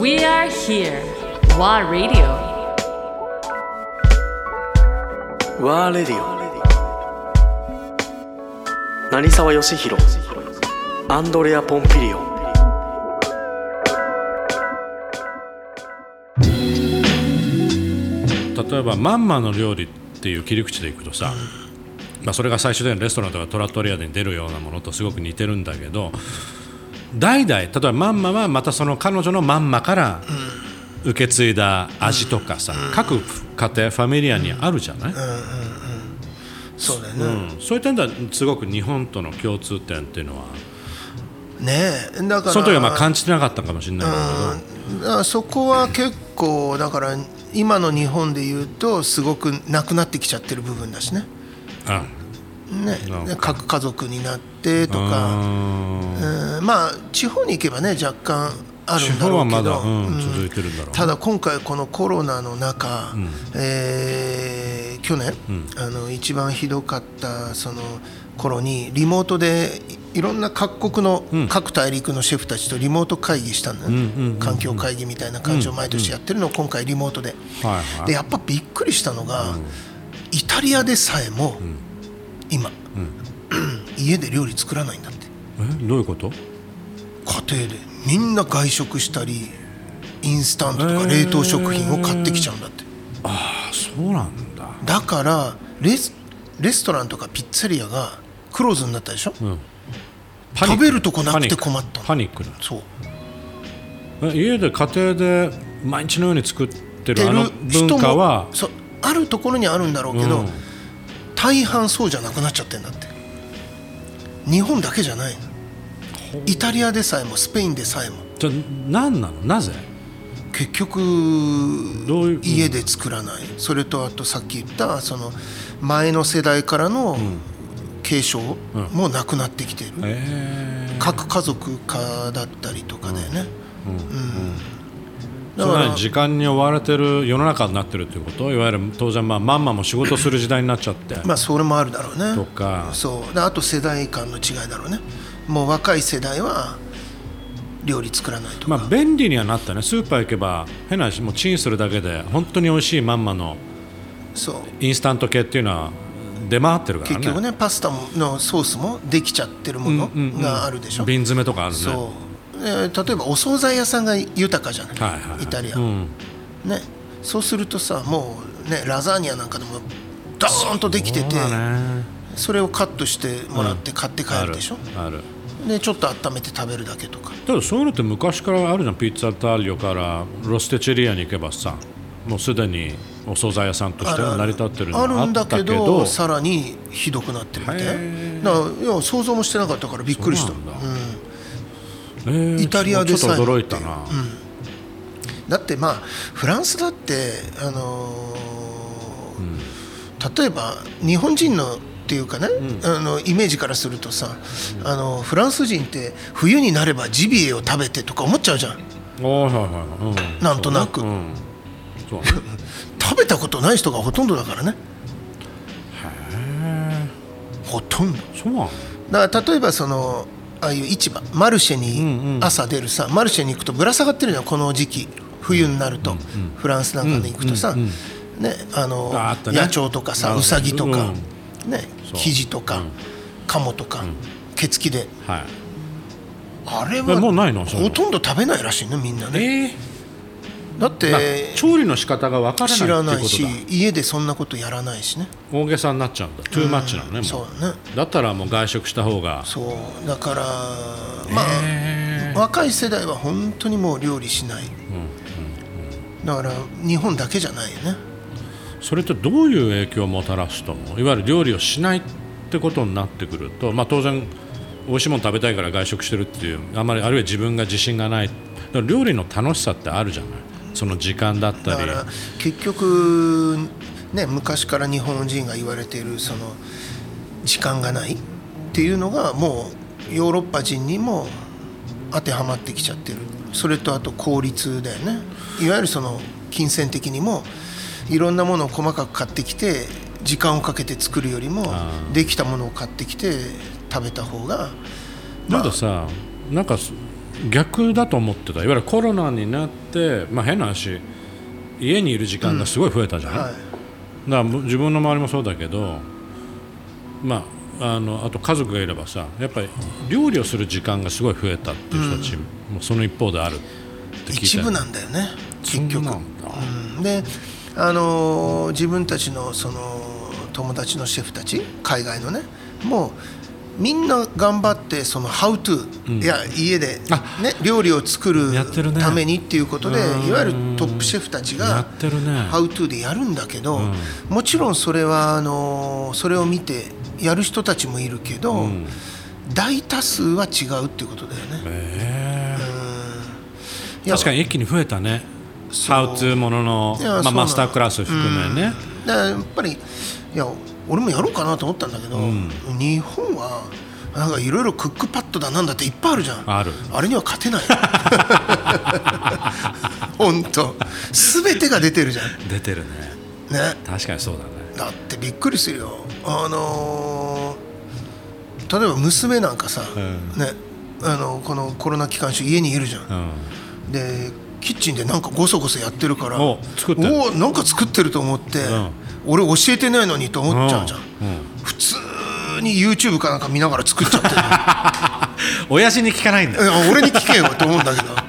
We are here. WA Radio. ワーレディオ成沢義弘アンドレア・ポンピリオ例えば「まんまの料理」っていう切り口でいくとさ、まあ、それが最終的にレストランとかトラットリアでに出るようなものとすごく似てるんだけど代々例えばまんまはまたその彼女のまんまから受け継いだ味とかさ、各家庭ファミリアにあるじゃない、そうだようね、んそういった点ではすごく日本との共通点っていうのはねえだからその時はまあ感じてなかったかもしれないけど、だからそこは結構だから今の日本で言うとすごくなくなってきちゃってる部分だしねあなんねか各家族になってとうかんうんまあ地方に行けばね若干ある地んだ方ろはうまけだ、ど、うんうん続いてるんだろうただ今回このコロナの中、えー去年、あの一番ひどかったその頃にリモートでいいろんな各国の、各大陸のシェフたちとリモート会議したんだよね、環境会議みたいな感じを毎年やってるのを今回リモートで、はいはいでやっぱびっくりしたのが、イタリアでさえも、今、 家で料理作らないんだってえどういうこと家庭でみんな外食したりインスタントとか冷凍食品を買ってきちゃうんだってあそうなんだだからレスレストランとかピッツェリアがクローズになったでしょ、パニック食べるとこなくて困ったのパニックパニックだそうえ家で家庭で毎日のように作ってるあの人も文化はそうあるところにあるんだろうけど、うん大半そうじゃなくなっちゃってんだって日本だけじゃないのイタリアでさえもスペインでさえもじゃ何なのなぜ結局どういう家で作らない、それとあとさっき言ったその前の世代からの継承もなくなってきてる、え各家族化だったりとかだよね、ー、それなりに時間に追われてる世の中になってるっていうこといわゆる当然まあまんまも仕事する時代になっちゃって、まあそれもあるだろうねとかそうであと世代間の違いだろうねもう若い世代は料理作らないとか、まあ、便利にはなったねスーパー行けば変な話もうチンするだけで本当に美味しいまんまのそうインスタント系っていうのは出回ってるからね結局ねパスタのソースもできちゃってるものがあるでしょ、瓶詰めとかあるねそう、えー例えばお惣菜屋さんが豊かじゃない,、はいはいはいイタリア、うんねそうするとさもうねラザーニアなんかでもドーンとできててそ,、そうだねれをカットしてもらって買って帰あるるでしょ、あるでちょっと温めて食べるだけとかただそういうのって昔からあるじゃんピッツァタリオからロステチェリアに行けばさもうすでにお惣菜屋さんとしてあるある成り立ってるのあるんだったけけどどさらにひどくなってるみたいだへからいや想像もしてなかったからびっくりしたそうだ,、なんだん、えーイタリアでちさょえっと驚いたな、だってまあフランスだってあのー例えば日本人のっていうかね、あのイメージからするとさ、あのフランス人って冬になればジビエを食べてとか思っちゃうじゃんおーはいはいはい、うん、なんとなくそう,、うんそうね食べたことない人がほとんどだからねほとんどそうなのだから例えばそのああいう市場マルシェに朝出るさ、マルシェに行くとぶら下がってるじゃんこの時期冬になると、フランスなんかで行くとさ、ね、あのああったね野鳥とかあさあウサギとか、ね、そうキジとか、カモとか、毛付きではいあれえはもうないのそういうのほとんど食べないらしいねみんなねえだっーまあて調理の仕方が分からないって知いうらことだないし家でそんなことやらないしね大げさになっちゃうんだトゥーマッチなのねもそううだねだったらもう外食した方がそうだからまあ、え若い世代は本当にもう料理しない、だから日本だけじゃないよねそれってどういう影響をもたらすと思ういわゆる料理をしないってことになってくると、まあ、当然美味しいもの食べたいから外食してるっていうあんまりあるいは自分が自信がないだから料理の楽しさってあるじゃないその時間だっだたかりら結局ね昔から日本人が言われているその時間がないっていうのがもうヨーロッパ人にも当てはまってきちゃってるそれとあと効率だよねいわゆるその金銭的にもいろんなものを細かく買ってきて時間をかけて作るよりもできたものを買ってきて食べた方がなんかさなんか逆だと思ってたいわゆるコロナになって、まあ、変な話家にいる時間がすごい増えたじゃん、はだからもう自分の周りもそうだけど、まあ、あのあと家族がいればさやっぱり料理をする時間がすごい増えたっていう人たちもその一方であるって聞いい、た一よ部なんだよね結そん局な、んだうんであのー自分たちのその友達のシェフたち海外のねもうみんな頑張ってその「how to、いや家で、あね、料理を作るやってるねためにっていうことで、うんいわゆるトップシェフたちやがってるねハウトゥーでやるんだけど、んもちろんそれはあのそれを見てやる人たちもいるけど、ん大多数は違うっていうことだよね。へえいや確かに一気に増えたねそうハウツーもののいまや、そうなあ、のマスタークラス含めね、だからやっぱりいや俺もやろうかなと思ったんだけど、日本はなんかいろいろクックパッドだなんだっていっぱいあるじゃんあるれには 勝てない本当全てが出てるじゃん出てるねね確かにそうだねだってびっくりするよあのー例えば娘なんかさ、んねあのこのコロナ期間中家にいるじゃん、でキッチンでなんかごそごそやってるからお作ってるおなんか作ってると思って、ん俺教えてないのにとうん思っちゃうじゃん、うん普通に YouTube かなんか見ながら作っちゃってる親父に聞かないんだ いや俺に聞けよと思うんだけど